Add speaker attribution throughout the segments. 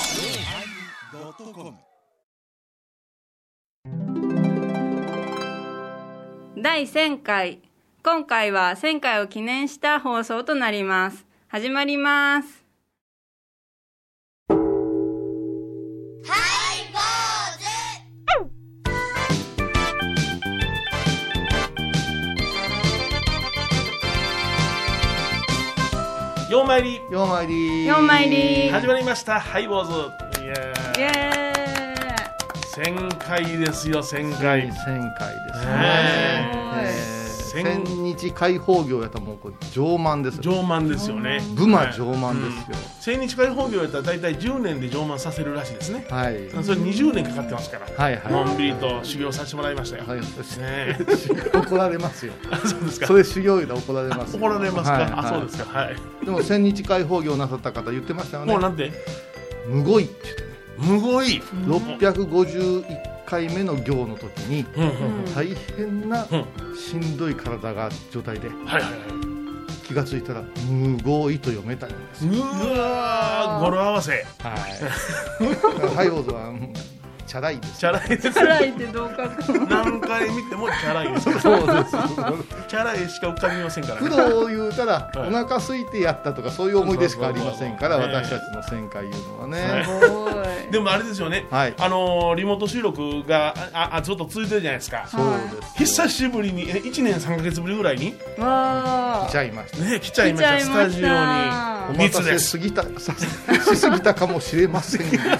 Speaker 1: yosmir
Speaker 2: 第1000回今回は1000回を記念した放送となります始まります
Speaker 3: ようまいり
Speaker 4: ようまいり
Speaker 2: 4枚入り
Speaker 3: 始まりましたハイボーズいや
Speaker 2: イエ
Speaker 3: ー
Speaker 2: ー
Speaker 3: 1000回ですよ1000回ね
Speaker 4: 1000回です
Speaker 3: え
Speaker 4: えー
Speaker 3: 千
Speaker 4: 千日開放業やったらもうこれ上満ですよ
Speaker 3: 上満ですよね
Speaker 4: ブマ上満ですよ、
Speaker 3: 千日開放業やったら大体10年で上満させるらしいですね
Speaker 4: はい
Speaker 3: それ20年かかってますから
Speaker 4: はいはい
Speaker 3: のんびりと修行させてもらいましたよ
Speaker 4: は
Speaker 3: ね
Speaker 4: い
Speaker 3: え
Speaker 4: 怒られますよ
Speaker 3: あ そうですか
Speaker 4: それ修行で怒られますよ
Speaker 3: 怒られます
Speaker 4: はいはい
Speaker 3: かあそうですかはい
Speaker 4: でも千日開放業なさった方言ってましたよ
Speaker 3: も
Speaker 4: ね
Speaker 3: うなんて
Speaker 4: むごいって言ってね
Speaker 3: むごい
Speaker 4: 651回目の行の時に
Speaker 3: うんうん
Speaker 4: 大変な
Speaker 3: うん
Speaker 4: しんどい体が状態で
Speaker 3: はいはいはい
Speaker 4: 気がついたら「むごい」と読めたんです
Speaker 3: うわー語呂合わせ
Speaker 4: はいハイボーズはうんチャラいです
Speaker 3: チャラいです
Speaker 2: 辛いってどう書くの
Speaker 3: 何回見てもチャラいですから
Speaker 4: そうです
Speaker 3: チャラいしか浮かびませんから
Speaker 4: 苦
Speaker 3: ね
Speaker 4: 労を言うたら、
Speaker 3: はい
Speaker 4: お腹空いてやったとかそういう思い出しかありませんから
Speaker 3: そうそうそう
Speaker 4: 私
Speaker 3: そう
Speaker 4: たちの旋回いうのはね、
Speaker 2: すごい
Speaker 3: でもあれですよね、
Speaker 4: はい
Speaker 3: あのーリモート収録がああずっと続いてるじゃないですか
Speaker 4: そうです
Speaker 3: 久しぶりにえ1年3か月ぶりぐらいに、
Speaker 2: わ
Speaker 4: 来ち
Speaker 2: ー
Speaker 4: ゃいました
Speaker 3: ね、来ちゃいまし
Speaker 2: 来ちゃ
Speaker 3: た
Speaker 2: い
Speaker 3: ス
Speaker 2: ました
Speaker 3: タジオ
Speaker 4: お
Speaker 3: に
Speaker 4: 待
Speaker 3: 密
Speaker 4: たせ
Speaker 3: です
Speaker 4: すぎたさしすぎたかもしれませんが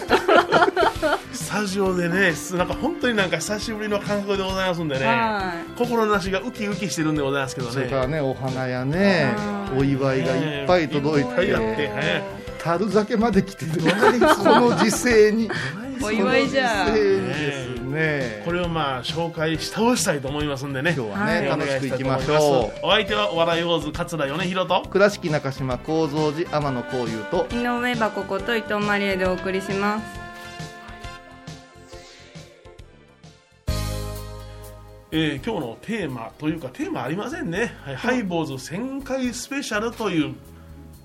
Speaker 3: スタジオでねすなんか本当になんか久しぶりの感覚でございますんでね、
Speaker 2: は
Speaker 3: 心なしがウキウキしてるんでございますけど
Speaker 4: それ
Speaker 3: ね
Speaker 4: からねお花やね
Speaker 2: うん
Speaker 4: お祝いがいっぱい届い
Speaker 3: ねいっぱいあっててね
Speaker 4: 樽酒まで来てこの時勢に
Speaker 2: お祝いじゃん
Speaker 4: この時勢にですね
Speaker 3: これをまあ紹介しておしたいと思いますんでね
Speaker 4: 今日は
Speaker 2: は
Speaker 4: ね、
Speaker 2: い
Speaker 4: 楽しくいきまし
Speaker 3: お願いた
Speaker 4: ょ
Speaker 3: いと思いま
Speaker 4: う
Speaker 3: すお相手はお笑い坊主桂米宏と
Speaker 4: 倉敷中島幸三寺天野幸雄と
Speaker 2: い井上箱こと伊藤マリエでお送りします
Speaker 3: えー今日のテーマというかテーマありませんね、はい、ハイボーズ1000回スペシャルという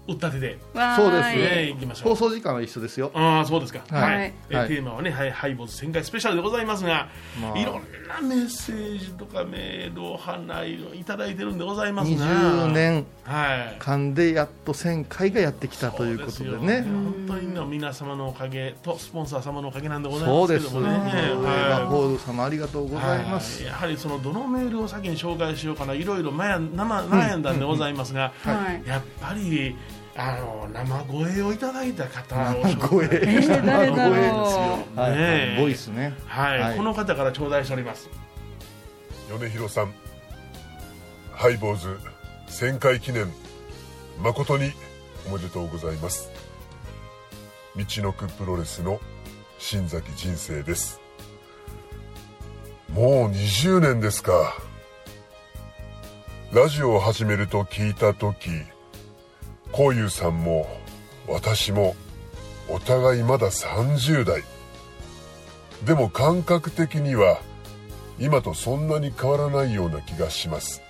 Speaker 3: 打ったてで、
Speaker 2: わーい
Speaker 4: そうです
Speaker 3: ね
Speaker 4: ね
Speaker 3: いきましょ
Speaker 4: 放
Speaker 3: う
Speaker 4: 送時間は一緒ですよ
Speaker 3: ああそうですか
Speaker 4: はい
Speaker 3: えー
Speaker 4: はい
Speaker 3: テーマはね、はい、ハイボーズ1000回スペシャルでございますが、
Speaker 4: まあ
Speaker 3: いろんなメッセージとかメールお花いろいただいてるんでございますが
Speaker 4: 20年
Speaker 3: はい
Speaker 4: 間でやっと1000回がやってきたということで
Speaker 3: そう
Speaker 4: ね
Speaker 3: すよ本当にね皆様のおかげとスポンサー様のおかげなんでござい
Speaker 4: そ
Speaker 3: ま
Speaker 4: う
Speaker 3: す
Speaker 4: で
Speaker 3: け
Speaker 4: す
Speaker 3: ど
Speaker 4: ホ
Speaker 3: もねはい
Speaker 4: ール様ありがとうございます、
Speaker 3: はいやはりそのどのメールを先に紹介しようかないろいろ悩ん悩悩んだんでございますが、
Speaker 2: うんうんはい
Speaker 3: やっぱりあの生声をいただいた方を
Speaker 4: 声
Speaker 3: 紹介
Speaker 2: えー、誰だろ
Speaker 4: 声です
Speaker 2: う
Speaker 4: はい
Speaker 3: ねえ
Speaker 4: ボイスね
Speaker 3: はい、
Speaker 4: はい
Speaker 3: この方から頂戴しております
Speaker 5: 米広さんハイボーズ1000回記念誠におめでとうございます道のくプロレスの新崎人生ですもう20年ですかラジオを始めると聞いた時こういうさんも私もお互いまだ30代でも感覚的には今とそんなに変わらないような気がします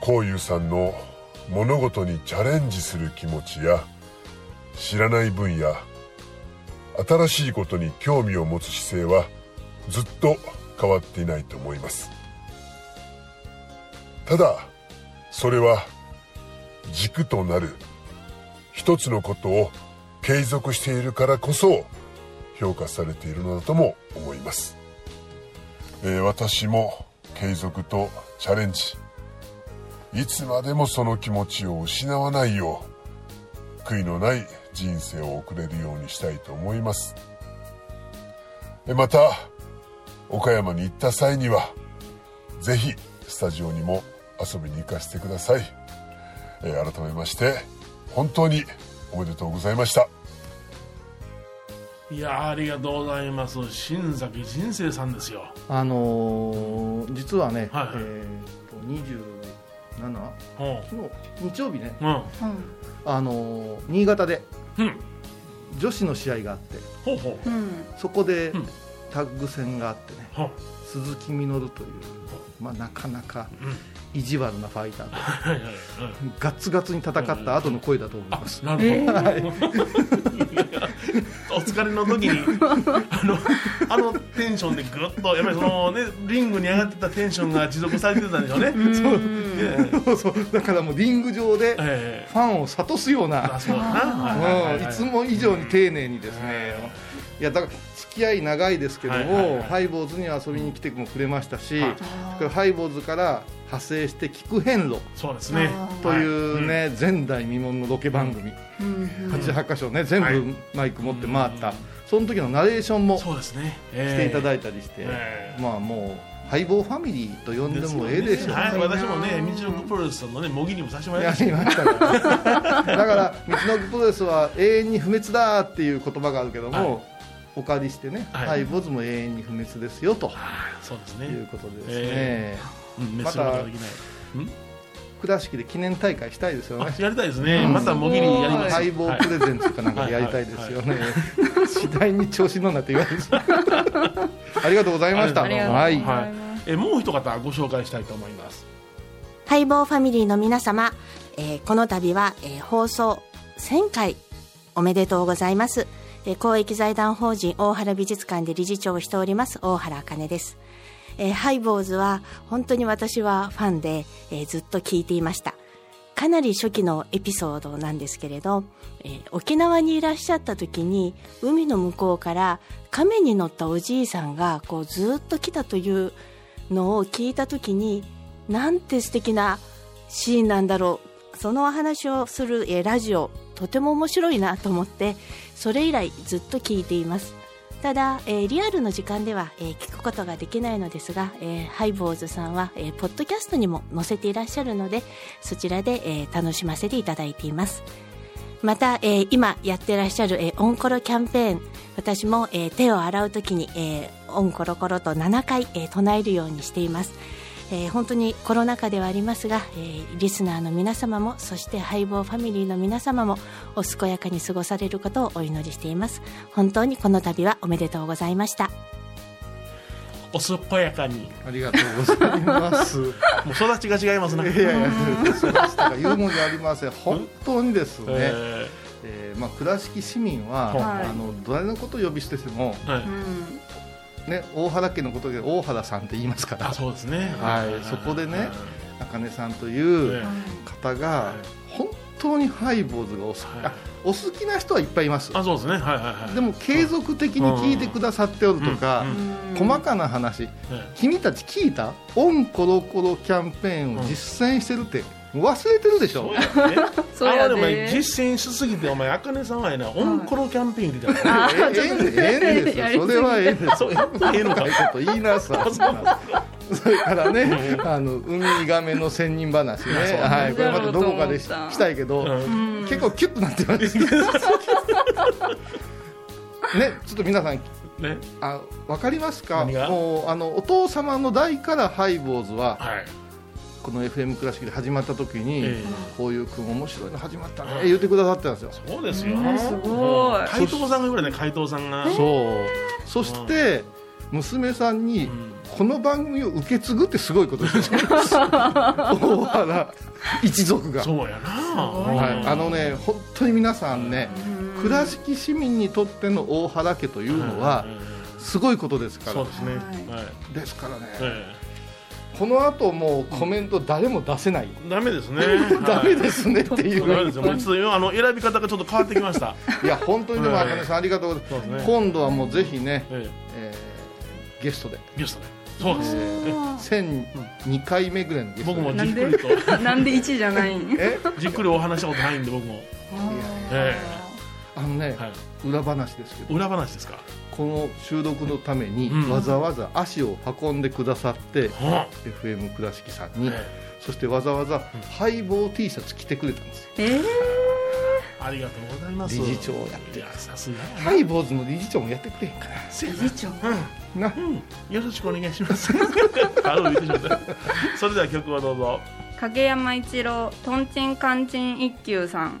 Speaker 5: こういうさんの物事にチャレンジする気持ちや知らない分野新しいことに興味を持つ姿勢はずっと変わっていないと思いますただそれは軸となる一つのことを継続しているからこそ評価されているのだとも思います、えー私も継続とチャレンジいつまでもその気持ちを失わないよう悔いのない人生を送れるようにしたいと思いますえーまた岡山に行った際にはぜひスタジオにも遊びに行かせてください、えー改めまして本当におめでとうございました
Speaker 3: いやーありがとうございます新崎人生さんですよ
Speaker 4: あのー実はね、
Speaker 3: はいはい
Speaker 4: えー、と27
Speaker 3: うん
Speaker 4: の日曜日ね
Speaker 3: うん
Speaker 4: あのー新潟で
Speaker 3: うん
Speaker 4: 女子の試合があって
Speaker 3: ほうほ
Speaker 2: うん、うん
Speaker 4: そこで
Speaker 3: うん
Speaker 4: タッグ戦があってね
Speaker 3: うは
Speaker 4: 鈴木みのるというまあ、なかなか意地悪なファイターと
Speaker 3: はいはいはい
Speaker 4: ガッツガツに戦った後の声だと思い
Speaker 3: あ
Speaker 4: ます、
Speaker 3: なるほど、 お疲れの時にあのあのテンションでぐっとやっぱりそのねリングに上がってたテンションが持続されてたんでしょうね。
Speaker 4: そう
Speaker 3: ええ
Speaker 4: そうだからもうリング上でフ
Speaker 3: ええ
Speaker 4: ァンを諭すような、
Speaker 3: あそうだな、はいはいはい
Speaker 4: うん
Speaker 3: はい
Speaker 4: いつも以上に丁寧にですね、いやだから付き合い長いですけども、
Speaker 3: はいはいはい
Speaker 4: ハイボーズには遊びに来てもくれましたし、
Speaker 3: はい
Speaker 4: これハイボーズから派生して聞く遍路
Speaker 3: そうですね
Speaker 2: あー
Speaker 4: というね、前代未聞のロケ番組、
Speaker 2: うん
Speaker 4: 88箇所ね全
Speaker 3: はい
Speaker 4: 部マイク持って回った、
Speaker 3: うん
Speaker 4: その時のナレーション
Speaker 3: う
Speaker 4: も
Speaker 3: ん
Speaker 4: し
Speaker 3: そうですね、ええ
Speaker 4: ていただいたりして、
Speaker 3: ええ
Speaker 4: まあもうハイボーファミリーと呼んでもええでしょう、
Speaker 3: すよねはい、私もね道のプロレスさんのね模擬にもさせてもらい
Speaker 4: や
Speaker 3: ました
Speaker 4: りましたからだから道のプロレスは永遠に不滅だっていう言葉があるけども、
Speaker 3: は
Speaker 4: お借りしてね、
Speaker 3: はい
Speaker 4: ハイボーズも永遠に不滅ですよと
Speaker 3: あーそうです
Speaker 4: いう
Speaker 3: ね、
Speaker 4: ことでですね、
Speaker 3: えうん、
Speaker 4: ま
Speaker 3: 滅
Speaker 4: た
Speaker 3: することができない、うん
Speaker 4: 倉敷で記念大会したいですよね
Speaker 3: あやりたいですね、
Speaker 4: うん
Speaker 3: また模擬にやります
Speaker 4: ハイボープレゼンツかなんかでやりたいですよね、次第に調子乗んなって言われる ありがとうございました
Speaker 2: ありがとうご
Speaker 4: は
Speaker 2: ざ
Speaker 4: い
Speaker 2: います
Speaker 3: はい、えもう一方ご紹介したいと思います
Speaker 1: ハイボーファミリーの皆様、えーこの度は、えー放送1000回おめでとうございます。えー公益財団法人大原美術館で理事長をしております大原茜です。えーハイボーズは本当に私はファンで、えーずっと聞いていました。かなり初期のエピソードなんですけれど、えー沖縄にいらっしゃった時に海の向こうから亀に乗ったおじいさんがこうずっと来たというのを聞いた時になんて素敵なシーンなんだろうそのお話をするえーラジオとても面白いなと思ってそれ以来ずっと聞いていますただ、えーリアルの時間では、えー聞くことができないのですが、えーハイボーズさんは、えーポッドキャストにも載せていらっしゃるのでそちらで、えー楽しませていただいていますまた、えー今やってらっしゃる、えーオンコロキャンペーン私も、えー手を洗うときに、えーオンコロコロと7回、えー唱えるようにしています、えー本当にコロナ禍ではありますが、えーリスナーの皆様もそしてハイボーファミリーの皆様もお健やかに過ごされることをお祈りしています本当にこの度はおめでとうございました
Speaker 3: おすっぽやか に
Speaker 4: ありがとうございます
Speaker 3: もう育ちが違いますな、
Speaker 4: いやいやそうですとか言うもんじゃありません本当にですね、
Speaker 3: え
Speaker 4: えーまあ、倉敷市民は、
Speaker 2: はい
Speaker 4: あの誰のことを呼び捨てても、
Speaker 3: ーはい
Speaker 2: うん
Speaker 4: ね、大原家のことで大原さんって言いますから
Speaker 3: あそうですね
Speaker 4: はいそこでね茜さんという
Speaker 3: え
Speaker 4: 方
Speaker 3: は
Speaker 4: が
Speaker 3: い
Speaker 4: 本当にハイボーズがお好き、
Speaker 3: はい
Speaker 4: あお好きな人はいっぱいいます
Speaker 3: えあそうですねはいはいはい
Speaker 4: でも継続的に聞いてくださっておるとか、
Speaker 3: うん
Speaker 4: 細かな話
Speaker 3: え
Speaker 4: 君たち聞いたオンコロコロキャンペーンを実践してるって忘れてるでし
Speaker 3: えそう
Speaker 4: ょ
Speaker 3: やね
Speaker 2: そう
Speaker 3: あ
Speaker 2: や
Speaker 3: れお前
Speaker 2: で
Speaker 3: 実践しすぎてお前あかねさんはやなオンコロキャンペーン入れたから
Speaker 4: えええんでええんですよそれはええんです
Speaker 3: そうええのか
Speaker 4: いこと言いなさい。それからね、あのウミガメの仙人話ね、はい、これまたどこかでし
Speaker 2: そう
Speaker 4: したいけど、
Speaker 3: うん
Speaker 4: 結構キュッとなってます。ね、ちょっと皆さん、
Speaker 3: ね
Speaker 4: あ、わかりますか。
Speaker 3: 何が
Speaker 4: もう、あのお父様の代からハイボーズは、
Speaker 3: はい
Speaker 4: この F. M. 倉敷で始まった時に。
Speaker 3: え
Speaker 4: こういう君面白いの始まったね、言ってくださってたんですよ。
Speaker 3: そうですよ
Speaker 2: すごい
Speaker 3: うん海藤さんが言うぐらいね海藤さんが
Speaker 4: そう、そして、娘さんに。
Speaker 3: うん
Speaker 4: この番組を受け継ぐってすごいことですよ大原一族が、
Speaker 3: そうやな
Speaker 2: ご
Speaker 4: はい、あのね本当に皆さんね
Speaker 2: うん
Speaker 4: 倉敷市民にとっての大原家といううんのは
Speaker 3: うんうん
Speaker 4: すごいことですか
Speaker 3: そう
Speaker 4: ら
Speaker 3: ですねはい
Speaker 4: ですからね
Speaker 3: え
Speaker 4: この後もうコメント誰も出せない、
Speaker 3: えダメですね
Speaker 4: ダメですねってい
Speaker 3: そうなん
Speaker 4: う
Speaker 3: ですよもうちょっと今あの選び方がちょっと変わってきました。
Speaker 4: いや本当にでも
Speaker 3: はい
Speaker 4: 茜さんありがとうござい
Speaker 3: そうで
Speaker 4: ます
Speaker 3: ね
Speaker 4: す今度はもうぜひね、
Speaker 3: え
Speaker 4: えーゲストで、
Speaker 3: え、ゲストね。そうです。
Speaker 4: え1002回目ぐらいのゲスト
Speaker 3: 僕
Speaker 4: で
Speaker 3: もじ
Speaker 2: な
Speaker 3: っ
Speaker 2: ん
Speaker 3: く
Speaker 2: で
Speaker 3: りと
Speaker 2: なんで1じゃないん
Speaker 4: え
Speaker 3: じっくりお話したことないんで僕も。え
Speaker 4: あのね、
Speaker 3: え、はい。
Speaker 4: 裏話ですけど
Speaker 3: 裏話ですか。
Speaker 4: この収録のために
Speaker 3: うん
Speaker 4: わざわざ足を運んでくださって、
Speaker 3: は
Speaker 4: FM 倉敷さん
Speaker 3: あ
Speaker 4: に、
Speaker 3: え
Speaker 4: そしてわざわざハイボー T シャツ着てくれたんですよ
Speaker 2: えー
Speaker 3: えありがとうございます。
Speaker 4: 理事長
Speaker 3: い
Speaker 4: やって
Speaker 3: やさすが。
Speaker 4: ハイボーズの理事長もやってくれへんか
Speaker 3: せや
Speaker 2: 理事長
Speaker 4: なな
Speaker 3: な。うん。よろしくお願いします。あの言ってしまった。それでは曲をどうぞ。
Speaker 2: 影山一郎とんちんかんちん一休さん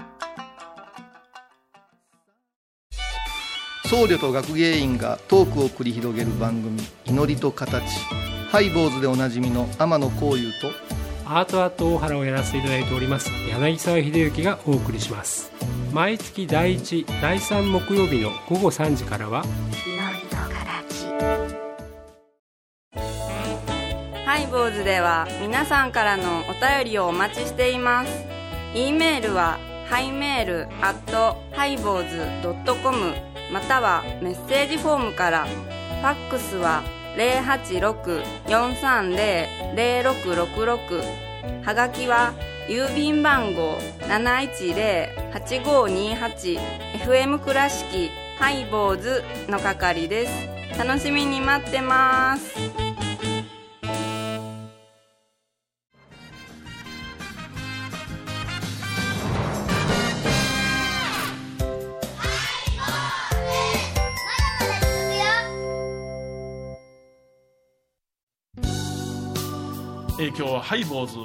Speaker 6: 僧侶と学芸員がトークを繰り広げる番組「祈りと形」ハイボーズでおなじみの天野幸雄と
Speaker 7: アートアート大原をやらせていただいております柳沢秀幸がお送りします毎月第1第3木曜日の午後3時からは
Speaker 2: ハイボーズでは皆さんからのお便りをお待ちしています。e メールはハイメールアットハイボーズドットコムまたはメッセージフォームから。ファックスは086-430-0666はがきは郵便番号710-8528 FM 倉敷ハイボーズの係です。楽しみに待ってます。
Speaker 3: えー今日はハイボーズ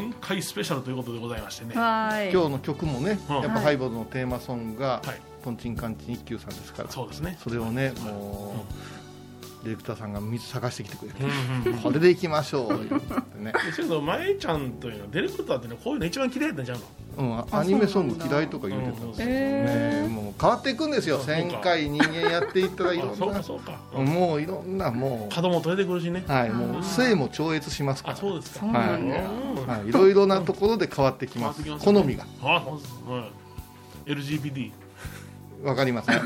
Speaker 3: 1000回スペシャルということでございましてね
Speaker 2: はい。
Speaker 4: 今日の曲もね、
Speaker 3: うん
Speaker 4: やっぱ
Speaker 2: はい
Speaker 4: ハイボーズのテーマソングが
Speaker 3: はい
Speaker 4: 「とんちんかんちん一休」さんですから
Speaker 3: そうですね
Speaker 4: それをねもうディレクターさんが見探してきてくれて
Speaker 3: うんうんうん
Speaker 4: これでいきましょうよって ね、
Speaker 3: けどまえちゃんというのはディレクターってねこういうの一番嫌いなんじゃんの
Speaker 4: うん、アニメソング嫌いとか言ってたんですよ、ねもう変わっていくんですよ
Speaker 3: そうか
Speaker 4: 1000回人間やっていったらいろ
Speaker 3: あそうん
Speaker 4: な
Speaker 3: かそうか、
Speaker 4: うんもういろんなも
Speaker 3: 角も取れてくるしね
Speaker 4: うはいもう性も超越しますか
Speaker 3: あ
Speaker 4: ら
Speaker 3: そうですか
Speaker 4: は
Speaker 3: うん
Speaker 4: いはい、いろいろなところで変わってきます
Speaker 3: 変わってき
Speaker 4: 好
Speaker 3: ますね
Speaker 4: みが
Speaker 3: あそうですはい LGBT
Speaker 4: わかりませ ん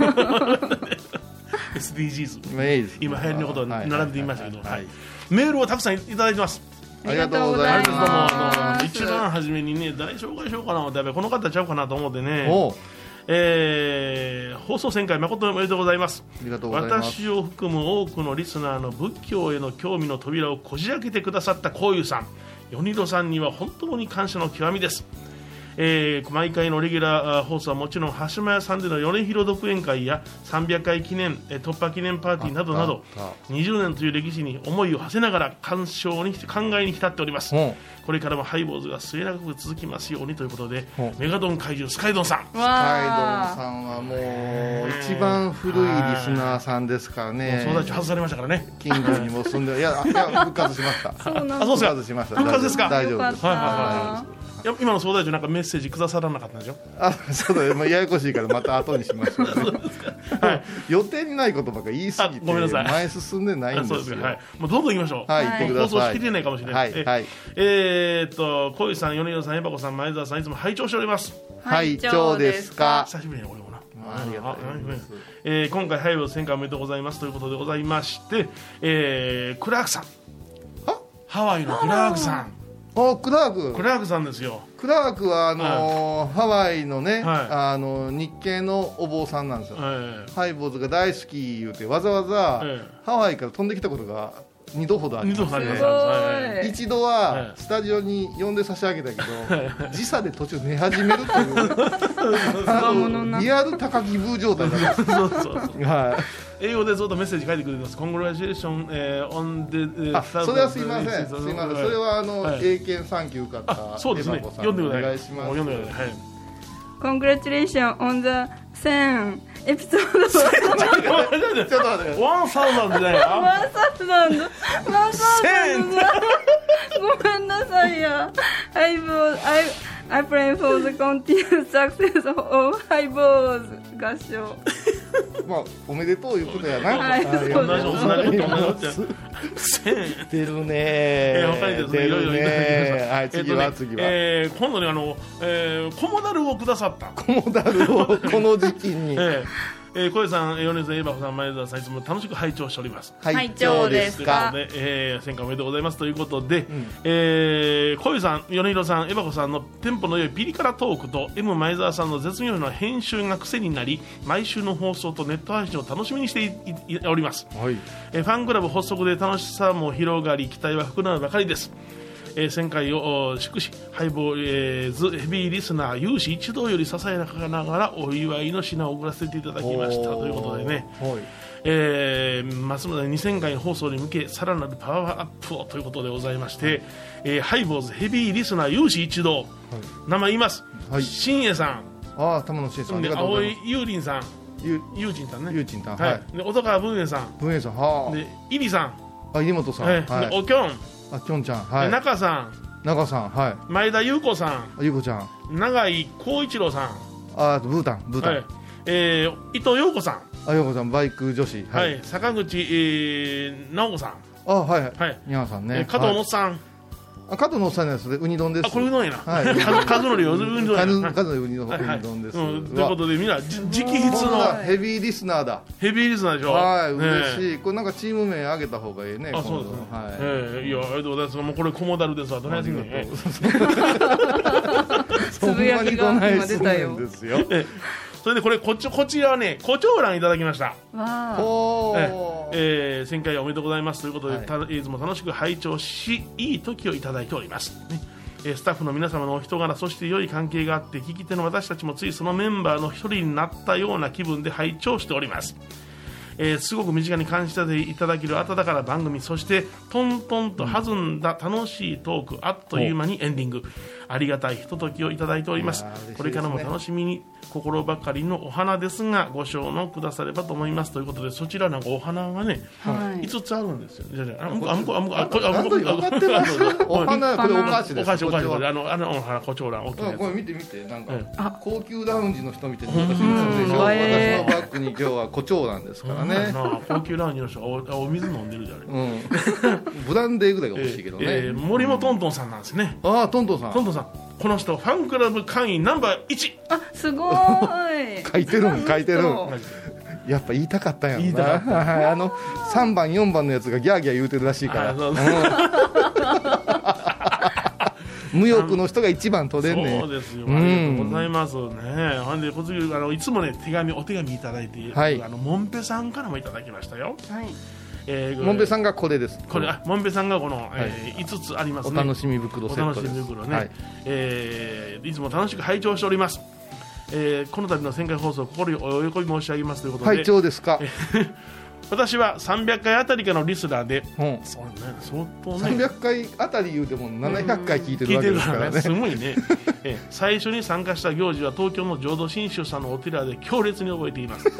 Speaker 3: SDGs 今
Speaker 4: 今
Speaker 3: 流行りのことを並べてみましたけど
Speaker 4: はい
Speaker 3: メールをたくさんいただいてます
Speaker 4: ありがとうござい
Speaker 3: どうも
Speaker 4: ま
Speaker 3: あの一番初めにね大紹介しようかな思ってやっぱりこの方ちゃうかなと思って
Speaker 4: す
Speaker 3: ね
Speaker 4: おう
Speaker 3: えー放送旋回誠におめでとうございます
Speaker 4: ありがとうございます
Speaker 3: 私を含む多くのリスナーの仏教への興味の扉をこじ開けてくださったこういうさん米戸さんには本当に感謝の極みです、えー毎回のレギュラー放送はもちろん橋間屋さんでの米広独演会や300回記念えー突破記念パーティーなどなど
Speaker 4: あっ
Speaker 3: 20年という歴史に思いを馳せながら鑑賞に考えに浸っております
Speaker 4: うん
Speaker 3: これからもハイボーズが末永く続きますようにということで
Speaker 4: うん
Speaker 3: メガドン怪獣スカイドンさん
Speaker 4: カイドンさんはもう一番古いリスナーさんですからね
Speaker 3: 総大長外されましたからね
Speaker 4: 近所にも住んでいやいや復活しました復
Speaker 3: あそうですか
Speaker 4: 活しました
Speaker 3: 復活ですか
Speaker 4: 大丈夫です
Speaker 3: はいはいはいいや今の総大長なんかメッセージくださらなかったんでし ょ
Speaker 4: あそうだねもうややこしいからまた後にしましょうね
Speaker 3: はい
Speaker 4: 予定にないことばっかり言い過ぎ
Speaker 3: あ
Speaker 4: て
Speaker 3: ごめんなさい
Speaker 4: 前進んでない
Speaker 3: あ
Speaker 4: ん
Speaker 3: そう
Speaker 4: で
Speaker 3: ですす
Speaker 4: よ
Speaker 3: かはいもうどんどん行きましょう
Speaker 4: はい行ってください
Speaker 3: 放送しきれないかもしれない
Speaker 4: はいはい
Speaker 3: えーっと小石さん米田さんエバ子さん前澤さんいつも拝聴しております
Speaker 4: はい今日ですか
Speaker 3: 久しぶりに俺もな
Speaker 4: ありがとうございます
Speaker 3: あえー今回ハイブ戦回おめでとうございますということでございまして、えークラークさん
Speaker 4: あ
Speaker 3: ハワイのクラークさん
Speaker 4: おクラーク
Speaker 3: クラークさんですよ
Speaker 4: クラークはあのーハワイのね、
Speaker 3: はい
Speaker 4: あの日系のお坊さんなんですよ、
Speaker 3: えー
Speaker 4: ハイボーズが大好き言うてわざわざ、
Speaker 3: え
Speaker 4: ハワイから飛んできたことが2度ほどあり
Speaker 3: 二度
Speaker 4: ます
Speaker 3: 入ります
Speaker 4: ね
Speaker 3: はいはい
Speaker 4: 一度
Speaker 3: え
Speaker 4: は
Speaker 3: え
Speaker 4: スタジオに呼んで差し上げたけ ど、時差で途中寝始めるっていうあのリアル高木ブー状態 だったんで
Speaker 3: そうそうそう
Speaker 4: す、はい、
Speaker 3: 英語でずっとメッセージ書いてくれてます。Congratulations、えー、on the...
Speaker 4: あそれはすいませんすいませんそれはあの、
Speaker 3: はい
Speaker 4: 英検3級受かった
Speaker 3: あそうですね。
Speaker 4: エマ子さん
Speaker 3: 読んでください。
Speaker 4: お願いします
Speaker 3: もう読んでください。はい
Speaker 2: Congratulations on the 1000 episode
Speaker 4: ちょっと待って
Speaker 3: ワンサウンドじゃな
Speaker 2: ワ
Speaker 3: いよ。
Speaker 2: ンサウザンドワンサウザンドだごめんなさいや I, will, I, I pray for the continued success of high balls 合唱
Speaker 4: まあ、おめでとういうことやな。
Speaker 2: はい
Speaker 4: ありがと
Speaker 3: 同
Speaker 4: う
Speaker 3: じ
Speaker 4: ご
Speaker 3: 同
Speaker 4: ざい
Speaker 3: じこと
Speaker 4: ま
Speaker 3: 同
Speaker 4: す
Speaker 3: じこと。千。
Speaker 4: 出るね。
Speaker 3: えー、他にですね、
Speaker 4: 出
Speaker 3: いろい
Speaker 4: る
Speaker 3: ろ
Speaker 4: ね
Speaker 3: いただきました。
Speaker 4: はい、次は、
Speaker 3: えっとね
Speaker 4: 次は。
Speaker 3: えー今度ね、あの、えー、コモダルをくださった。
Speaker 4: コモダルをこの時期に。
Speaker 3: ええー、小江さん、えー米津さん、エバさん、前澤さん、いつも楽しく拝聴しております。
Speaker 4: 拝聴ですか
Speaker 3: ということで、えー、戦果おめでとうございますということで、えー小江さん、米広さん、エバ子さんのテンポの良いピリ辛トークと M 前澤さんの絶妙な編集が癖になり、毎週の放送とネット配信を楽しみにしていいいおります。
Speaker 8: はい。
Speaker 3: えーファンクラブ発足で楽しさも広がり期待は膨らむばかりです、えー、1000回をおー祝しハイボーズヘビーリスナー有志一同よりささやかながらお祝いの品を送らせていただきましたということでね、
Speaker 8: はい。
Speaker 3: えー、ますので2000回放送に向けさらなるパワーアップをということでございまして、えーハイボーズヘビーリスナー有志一同、名前言います、
Speaker 4: はい
Speaker 3: 新栄さ
Speaker 4: ああ玉野真さんあ
Speaker 3: ん
Speaker 4: り
Speaker 3: で
Speaker 4: がとうご
Speaker 3: 青
Speaker 4: ざい
Speaker 3: 井
Speaker 4: ます
Speaker 3: 優林さん
Speaker 4: ゆ
Speaker 3: 友人さんね
Speaker 4: ゆうちんたん
Speaker 3: は
Speaker 4: はいい、
Speaker 3: で小高文英さん
Speaker 4: 文英さんは
Speaker 3: でイリさん
Speaker 4: ああ入本さん
Speaker 3: はい
Speaker 4: は
Speaker 3: で
Speaker 4: い
Speaker 3: おきょん、
Speaker 4: あきょんちゃんはい
Speaker 3: 中さ
Speaker 4: 中さんはい
Speaker 3: ん前田裕子さん
Speaker 4: あゆうこちゃん
Speaker 3: 永井浩一郎さん、
Speaker 4: ああとブータンブータン、
Speaker 3: はいえー伊藤陽子さん、
Speaker 4: あゆうこさんバイク女子
Speaker 3: は
Speaker 4: はいい、
Speaker 3: 坂口、えー直子さ
Speaker 4: あはいはい
Speaker 3: ん、はい
Speaker 4: にゃんさん
Speaker 3: え
Speaker 4: ね
Speaker 3: ー加藤
Speaker 4: は
Speaker 3: の
Speaker 4: い
Speaker 3: っさん、
Speaker 4: あ加藤のおっさんのやつでウニ丼です
Speaker 3: あこれうどんやな、
Speaker 4: は い
Speaker 3: か数の量うどんやな
Speaker 4: カズ
Speaker 3: はい
Speaker 4: カズのウニ丼
Speaker 3: はいはい
Speaker 4: ウニ丼です
Speaker 3: うんということでみんなじ直筆
Speaker 4: うわこんな
Speaker 3: の
Speaker 4: ヘビーリスナーだ
Speaker 3: ヘビーリスナーでしょ
Speaker 4: はい
Speaker 3: ね
Speaker 4: 嬉しいこれなんかチーム名あげた方がいいね
Speaker 3: あそうです
Speaker 4: 今
Speaker 3: ね
Speaker 4: 度はい
Speaker 3: えーいやありがとうございますもうこれコモダルですわどないですけどね
Speaker 4: そんなにどないするんです よ
Speaker 3: えーそれでこれこっちこちらはね胡蝶蘭いただきました
Speaker 2: わあ
Speaker 4: お
Speaker 3: え
Speaker 4: ー
Speaker 3: えー、1000回おめでとうございますということで、
Speaker 4: はい
Speaker 3: たいつも楽しく拝聴しいい時をいただいております、ねえースタッフの皆様のお人柄そして良い関係があって聞き手の私たちもついそのメンバーの一人になったような気分で拝聴しておりますえーすごく身近に感じていただける温かな番組そしてトントンと弾んだ楽しいトークあっという間にエンディングありがたいひとときをいただいております
Speaker 4: いやー嬉しいですね
Speaker 3: これからも楽しみに心ばかりのお花ですがご賞のくださればと思いますということでそちらなんかお花がね、
Speaker 2: はい
Speaker 3: 5つあるんですよじゃあじゃああ向こうあ向こうあ向こうあこあ
Speaker 4: 何
Speaker 3: 向こ
Speaker 4: と
Speaker 3: う
Speaker 4: 分かってますお花これお菓子です
Speaker 3: お菓子お菓子
Speaker 4: こ
Speaker 3: これ
Speaker 4: っちは
Speaker 3: あのあのお花胡蝶蘭大きな
Speaker 4: うん
Speaker 3: や
Speaker 4: こ
Speaker 3: つ
Speaker 4: れ見て見てなんか
Speaker 3: え
Speaker 4: 高級ラウンジの人みたいに私のでしょ
Speaker 2: うん
Speaker 4: 私のバッグに今日は胡蝶なんですからね
Speaker 3: なあ高級ラウンジの人がおお水飲んでるじゃない
Speaker 4: うんブランデーぐらいが欲しいけどね、
Speaker 3: えー森本トントンさんなんですね
Speaker 4: ああトントンさん
Speaker 3: トントンさんこの人ファンクラブ会員ナンバー1
Speaker 2: あすごーい
Speaker 4: 書いてるん書いてるん
Speaker 2: そう
Speaker 4: やっぱ言いたかったんやろ
Speaker 3: 言いたかっ
Speaker 4: な あの3番4番のやつがギャーギャー言うてるらしいから
Speaker 3: あそう
Speaker 4: 無欲の人が1番取れんね
Speaker 3: そうんですよ、
Speaker 4: うん
Speaker 3: ありがとうございますねほんで小杉あのいつもね手紙お手紙いただいて、
Speaker 4: はい
Speaker 3: あのもんぺさんからもいただきましたよ、
Speaker 2: はい
Speaker 3: えー
Speaker 4: もんべ
Speaker 3: ん
Speaker 4: さんがこれです
Speaker 3: これあもんべさんがこの、え
Speaker 4: は
Speaker 3: ー、5つあります
Speaker 4: お
Speaker 3: ね
Speaker 4: 楽しみ袋セ
Speaker 3: お
Speaker 4: ッ
Speaker 3: 楽
Speaker 4: ト
Speaker 3: し
Speaker 4: で
Speaker 3: み
Speaker 4: す
Speaker 3: 袋ね、
Speaker 4: はいい、
Speaker 3: えーいつも楽しく拝聴しております、えーこの度の1000回放送心よりお喜び申し上げますということで、
Speaker 4: 会長ですか、
Speaker 3: 私は300回あたりからのリスナーで
Speaker 4: うん、
Speaker 3: そうね相当ね
Speaker 4: 300回あたり言うても700回聞いてる
Speaker 3: 聞い
Speaker 4: わ
Speaker 3: て
Speaker 4: け
Speaker 3: る
Speaker 4: です
Speaker 3: か
Speaker 4: からら
Speaker 3: ね
Speaker 4: ね
Speaker 3: すごいね ええ最初に参加した行事は東京の浄土真宗さんのお寺で強烈に覚えています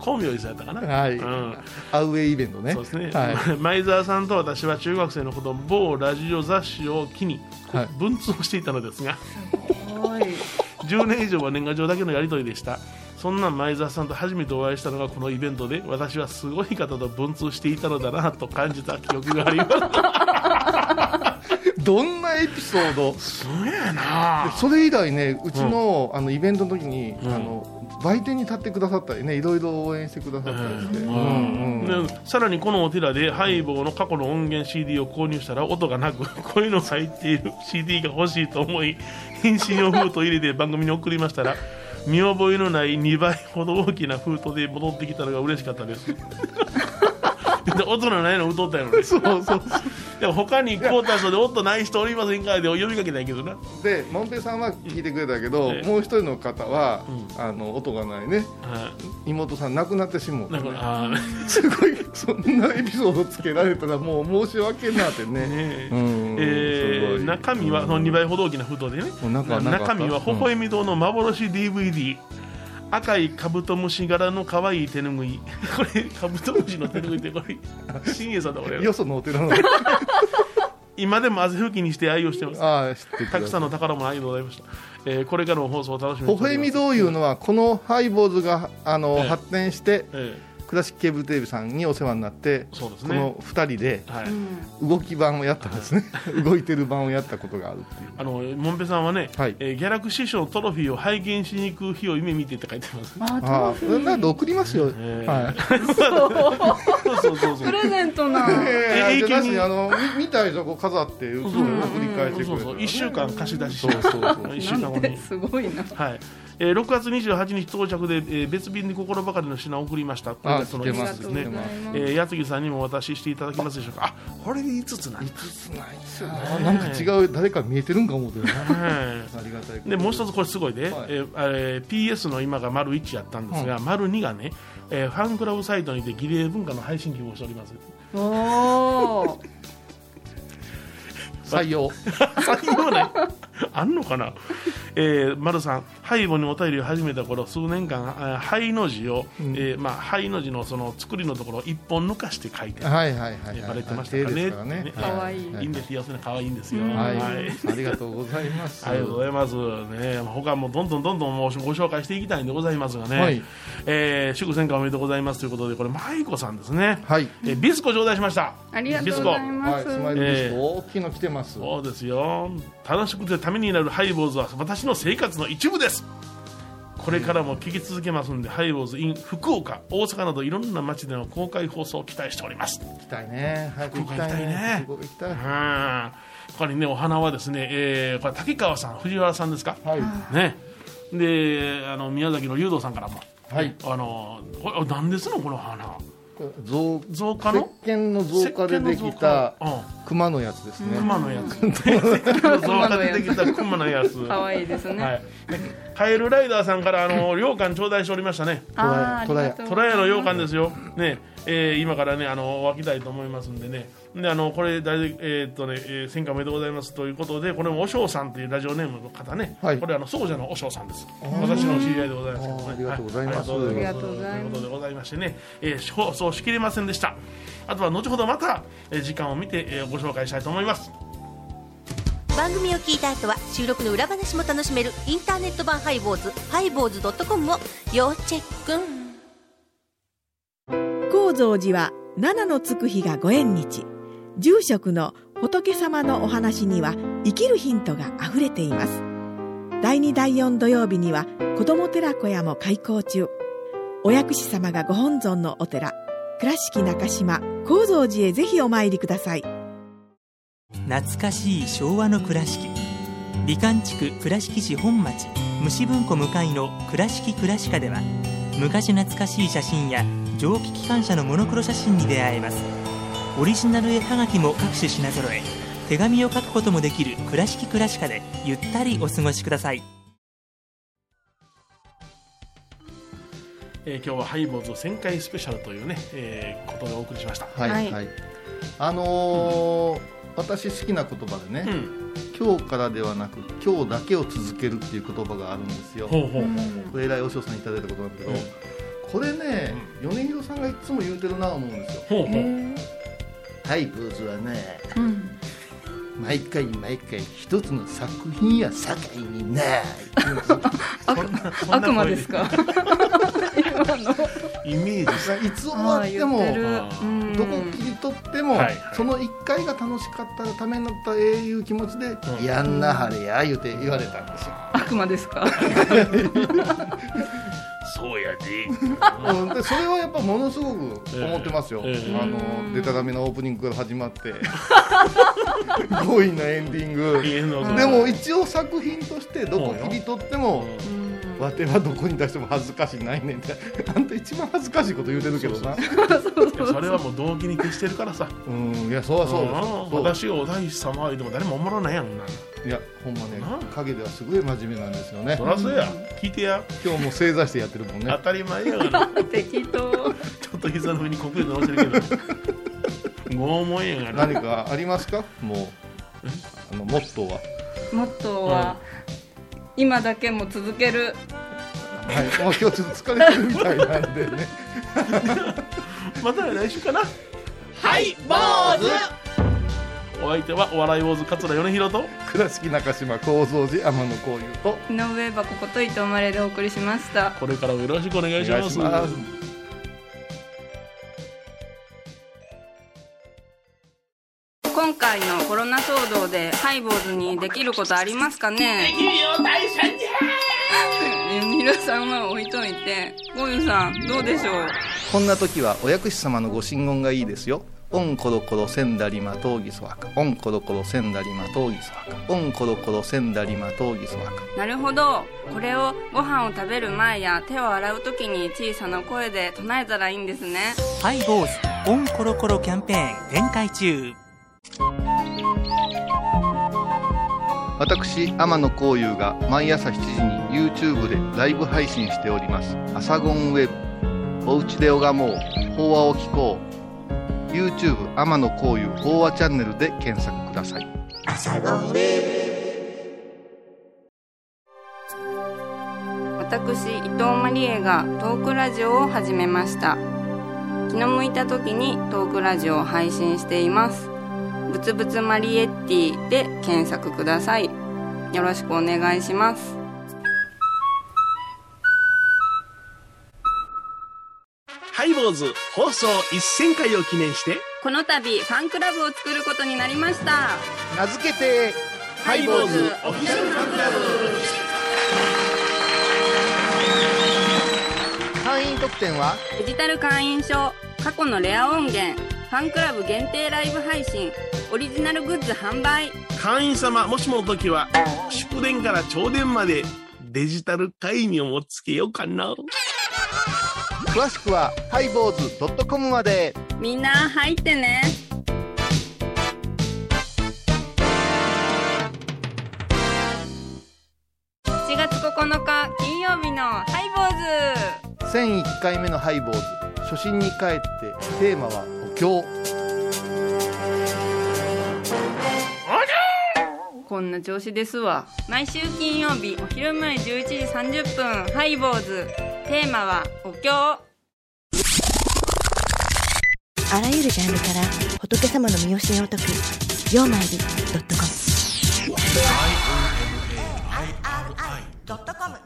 Speaker 3: 光明寺さんやったかな、
Speaker 4: はい
Speaker 3: うん、
Speaker 4: アウェイイベントね
Speaker 3: そうですね、
Speaker 4: はい、
Speaker 3: 前澤さんと私は中学生の頃某ラジオ雑誌を機に
Speaker 4: はい
Speaker 3: 文通をしていたのですが、
Speaker 2: はい
Speaker 3: 10年以上は年賀状だけのやり取りでしたそんな前澤さんと初めてお会いしたのがこのイベントで私はすごい方と文通していたのだなと感じた記憶があります
Speaker 4: どんなエピソード
Speaker 3: すごいな
Speaker 4: それ以来ねうちの,、あのイベントの時に、
Speaker 3: ん
Speaker 4: あの売店に立ってくださったりねいろいろ応援してくださったりして、うんうん
Speaker 3: でさらにこのお寺でハイボーの過去の音源 CD を購入したら音がなく こういうの入っている CD が欲しいと思い返信用封筒入れて番組に送りましたら見覚えのない2倍ほど大きな封筒で戻ってきたのが嬉しかったです で音のないの歌ったやろね
Speaker 4: そうそう
Speaker 3: でも他にクォーターで音ない人おりませんかで呼びかけないけどな
Speaker 4: でもんぺさんは聞いてくれたけど、
Speaker 3: ええ
Speaker 4: もう一人の方は、
Speaker 3: う
Speaker 4: あの音がないね
Speaker 3: は
Speaker 4: 妹さん亡くなってしもう
Speaker 3: いだからあー
Speaker 4: すごいそんなエピソードつけられたらもう申し訳なってね
Speaker 3: ね
Speaker 4: うんうん
Speaker 3: え
Speaker 4: すご
Speaker 3: ー
Speaker 4: い
Speaker 3: 中身はその2倍ほど大きな封筒でね
Speaker 4: うん中はなんかあっ
Speaker 3: 中
Speaker 4: た
Speaker 3: 身は微笑み堂の幻 DVD、赤いカブトムシ柄の可愛い手ぬぐい これカブトムシの手ぬぐいってこ れ新栄さんだこれ
Speaker 4: よそのお寺の
Speaker 3: 今でも汗拭きにして愛用してます
Speaker 4: ああ知ってくだ
Speaker 3: たくさん
Speaker 4: の
Speaker 3: の宝物ありがとうございました、えーこれからの放送を楽しみにしてお
Speaker 4: 微笑
Speaker 3: り
Speaker 4: み
Speaker 3: ます
Speaker 4: どういうのはこのハイボーズがあの、
Speaker 3: ええ
Speaker 4: 発展して
Speaker 3: え
Speaker 4: クラシックケーブルテレビさんにお世話になって、
Speaker 3: そうですね
Speaker 4: この2人で
Speaker 3: は
Speaker 4: 動き版をやったんですね、 動いてる版をやったことがあるっていう
Speaker 3: あのもんべさんはね、えーギャラクシー賞のトロフィーを拝見しに行く日を夢見てって書いてます。
Speaker 4: あーなんで送りますよ、はい
Speaker 3: そうそうそう
Speaker 2: プレゼントな
Speaker 4: え
Speaker 3: え
Speaker 4: 永
Speaker 3: 永
Speaker 4: 久
Speaker 3: 久
Speaker 4: に
Speaker 3: に
Speaker 4: あのみ見たいとこ飾ってうちに送り返してくれ
Speaker 3: そう
Speaker 4: た
Speaker 3: そう
Speaker 4: ら
Speaker 3: 1週間貸し出し
Speaker 4: そうそうそう
Speaker 3: 1週間後に
Speaker 2: すごいな
Speaker 3: はいえー、6月28日到着で、えー別便で心ばかりの品を送りました。
Speaker 4: あ
Speaker 3: その
Speaker 4: 来て
Speaker 3: 5
Speaker 4: ます
Speaker 3: つですね
Speaker 4: 来てます。
Speaker 3: えー、矢継ぎさんにもお渡ししていただけますでしょうか。あ、これで5つなんだ。
Speaker 4: あなんか違う誰か見えてるんか思うてるな
Speaker 3: は
Speaker 4: ありがたいこと
Speaker 3: いでもう一つこれすごいで、えーあれ PS の今が丸1やったんですが、丸2がね、えーファンクラブサイトにて儀礼文化の配信希望しております
Speaker 2: おお
Speaker 4: 採用
Speaker 3: 採用ねあんのかな、えー、丸さん背後にお便りを始めた頃数年間あ肺の字を、えーまあ、肺の字のその作りのところを一本抜かして書いて
Speaker 4: はいはいはいはい
Speaker 3: えーバレてましたかね
Speaker 4: 手ですからね
Speaker 3: 可愛
Speaker 4: はい
Speaker 3: い
Speaker 4: はい
Speaker 3: いんですよそれ可愛いんですよ、
Speaker 4: はい、
Speaker 3: はい
Speaker 4: ありがとうございます。
Speaker 3: ありがとうございます。ね、他もどんどんどんどんもうご紹介していきたいんでございますがね。
Speaker 4: はい
Speaker 3: えー祝戦果おめでとうございますということで、これ、舞子さんですね。
Speaker 4: はい。
Speaker 3: えービスコ頂戴しました。
Speaker 2: ありがとうござい
Speaker 4: は
Speaker 2: ま
Speaker 4: い、
Speaker 2: す、
Speaker 4: スマイルビス
Speaker 3: えー
Speaker 4: ト、大きいの来てます。
Speaker 3: そうですよ。楽しくてためになるハイボーズは私の生活の一部です。これからも聞き続けますんで、ハイボーズ in 福岡、大阪などいろんな街での公開放送を期待しております。
Speaker 4: 行きたいね。早く行きたいね。
Speaker 3: 福
Speaker 4: 行きたいね。
Speaker 3: うんこれねお花はですね、えーこれ竹川さん藤原さんですか、ねであの宮崎の竜道さんからも
Speaker 4: はい。
Speaker 3: あのこれ何ですのこの花
Speaker 4: 増
Speaker 3: 増加の
Speaker 4: 石鹸の増加でできた
Speaker 3: 石鹸の増
Speaker 4: 熊のやつですね。
Speaker 3: 熊のやつ増加でできた熊のやつ
Speaker 2: 可愛いですね、
Speaker 3: はい、カエルライダーさんからあの羊羹頂戴しておりましたね
Speaker 2: あー
Speaker 4: トライ
Speaker 2: ありがとう
Speaker 3: 虎屋の羊羹ですよ、ねえー今からねあの沸きたいと思いますんでねであのこれ大体えーっとね、えー、戦果おめでとうございますということでこれもおしょうさんというラジオネームの方ね、
Speaker 4: はい
Speaker 3: これあの奏者のおしょうさんです私の知り合いでございますけどね
Speaker 4: あーありがとうございます
Speaker 3: は
Speaker 2: ありがとうございます
Speaker 3: ということでございましてね、えー、放送しきれませんでしたあとは後ほどまた、えー時間を見て、えーご紹介したいと思います
Speaker 1: 番組を聞いた後は収録の裏話も楽しめるインターネット版ハイボーズハイボーズドットコムを要チェック
Speaker 9: 高蔵寺は七のつく日がご縁日住職の仏様のお話には生きるヒントがあふれています第2第4土曜日には子ども寺小屋も開校中お薬師様がご本尊のお寺倉敷中島・高蔵寺へぜひお参りください
Speaker 10: 懐かしい昭和の倉敷美観地区倉敷市本町虫文庫向かいの「倉敷倉歯科」では昔懐かしい写真や蒸気機関車のモノクロ写真に出会えますオリジナル絵はがきも各種品揃え手紙を書くこともできる「倉敷倉歯科」でゆったりお過ごしください
Speaker 3: えー今日はハイボーズ1000回スペシャルというね、えーことでお送りしました。
Speaker 4: はい。はい。あのー私好きな言葉でね、今日からではなく今日だけを続けるっていう言葉があるんですよ。
Speaker 3: ほうほうほう
Speaker 4: これ偉いお嬢さんいただいたことなんだけど、これね、米広さんがいつも言うてるなと思うんですよ。
Speaker 3: ほうほう
Speaker 4: はい、ブーズはね、毎回毎回一つの作品や境にない。
Speaker 2: 悪魔ですか今の
Speaker 3: イメー
Speaker 4: ジいつ終わっても
Speaker 2: あー言ってるうん
Speaker 4: どこ切り取っても、
Speaker 3: はい
Speaker 4: その一回が楽しかったためになったええいう気持ちで、やんなはれや言うて言われたんですよ。
Speaker 2: 悪魔です か
Speaker 3: そうやで。
Speaker 4: うんでそれはやっぱものすごく思ってますよ、
Speaker 3: ええええ
Speaker 4: あのでたらめのオープニングから始まって 強引なエンディングでも一応作品としてどこ切り取っても、わてはどこに出しても恥ずかしないねんってあんた一番恥ずかしいこと言うてるけどな
Speaker 3: いやそれはもう動機に徹してるからさ。
Speaker 4: うんいやそうはそう
Speaker 3: あー
Speaker 4: です
Speaker 3: 私をお大師様言うても誰もおもろないやんな。
Speaker 4: そういやほんまね陰ではすごい真面目なんですよね
Speaker 3: そらそうや。聞いてや。
Speaker 4: 今日も正座してやってるもんね
Speaker 3: 当たり前やが な。
Speaker 2: 適当
Speaker 3: ちょっと膝の上にこくで直してるけど。拷問やがな。
Speaker 4: 何かありますかもうあのモットーは
Speaker 2: もっとは、今だけも続ける
Speaker 4: はい、もう今日ちょっと疲れてるみたいなんで ね。
Speaker 3: また来週かな。
Speaker 2: はい坊主
Speaker 3: お相手はお笑い坊主桂米広と。
Speaker 4: 倉敷中島幸三寺天野幸雄と。
Speaker 2: 井上箱こと伊藤まれでお送りしました
Speaker 3: これからもよろしくお願いします。
Speaker 4: お願いします
Speaker 2: 今回のコロナ騒動でハイボーズにできることありますかね
Speaker 11: できるよ大惨 事
Speaker 2: 皆さんは置いといてゴユさんどうでしょう
Speaker 4: こんな時はお薬師様のご神言がいいですよオンコロコロセンダリマトーギソワカオンコロコロセンダリマトーギソワカオンコロコロセンダリマトーギソワカ
Speaker 2: なるほどこれをご飯を食べる前や手を洗う時に小さな声で唱えたらいいんですね
Speaker 12: ハイボーズオンコロコロキャンペーン展開中
Speaker 4: 私天野幸雄が毎朝7時に YouTube でライブ配信しております「アサゴンウェブ」「おうちで拝もう法話を聞こう」YouTube 天野幸雄法話チャンネルで検索ください
Speaker 2: 私伊藤マリエがトークラジオを始めました気の向いた時にトークラジオを配信していますぶつぶつマリエッティで検索くださいよろしくお願いします
Speaker 3: ハイボーズ放送1000回を記念して
Speaker 2: この度ファンクラブを作ることになりました
Speaker 3: 名付けてハイボーズ
Speaker 11: オフィシャルファンクラ
Speaker 4: ブ会員特典は
Speaker 2: デジタル会員証過去のレア音源ファンクラブ限定ライブ配信オリジナルグッズ販売
Speaker 3: 会員様もしもの時は祝電から朝電までデジタル会議をもつけようかな
Speaker 4: 詳しくはハイボーズ .com まで
Speaker 2: みんな入ってね7月9日金曜日のハイボー
Speaker 4: ズ1001回目のハイボーズ初心に帰ってテーマは「お経」
Speaker 2: こんな調子ですわ毎週金曜日お昼前11時30分ハイボーズテーマはお経あ
Speaker 1: らゆるジャンルから仏様の身教えを解く「曜マイルドットコム」